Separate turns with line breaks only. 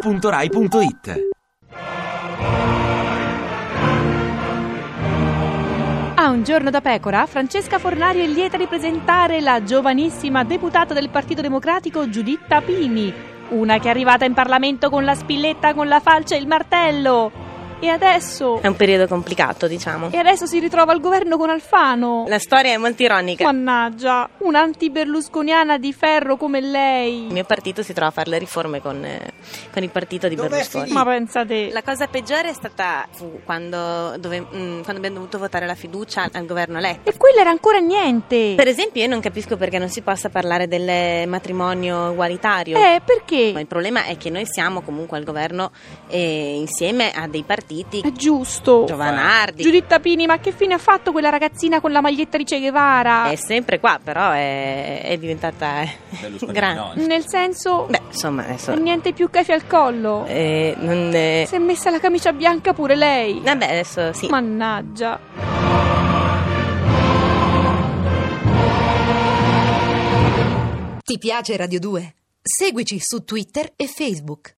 radio2pod.rai.it
A un giorno da pecora, Francesca Fornario è lieta di presentare la giovanissima deputata del Partito Democratico Giuditta Pini, una che è arrivata in Parlamento con la spilletta, con la falce e il martello. E adesso?
È un periodo complicato, diciamo.
E adesso si ritrova al governo con Alfano.
La storia è molto ironica.
Mannaggia, un'anti-berlusconiana di ferro come
Il
lei.
mio partito si trova a fare le riforme con, eh, con il partito di
Dov'è
Berlusconi.
finito?
Ma pensate,
La cosa peggiore è stata fu quando, dove- mm, quando abbiamo dovuto votare la fiducia al governo Letta.
e quella era ancora niente.
Per esempio, io non capisco perché non si possa parlare del matrimonio ugualitario.
Eh,
Ma
perché?
il problema è che noi siamo comunque al governo eh, insieme a dei partiti,
È giusto.
Giovanardi,
Giuditta Pini, ma che fine ha fatto quella ragazzina con la maglietta di Che Guevara?
è sempre qua, però è, è diventata eh,
Berlusconi
grande.
no.
Nel senso,
Beh, insomma, adesso
niente più che al collo.
eh, non eh,
Si è messa la camicia bianca pure lei.
Vabbè, adesso sì.
Mannaggia.
Ti piace Radio 2? Seguici su Twitter e Facebook.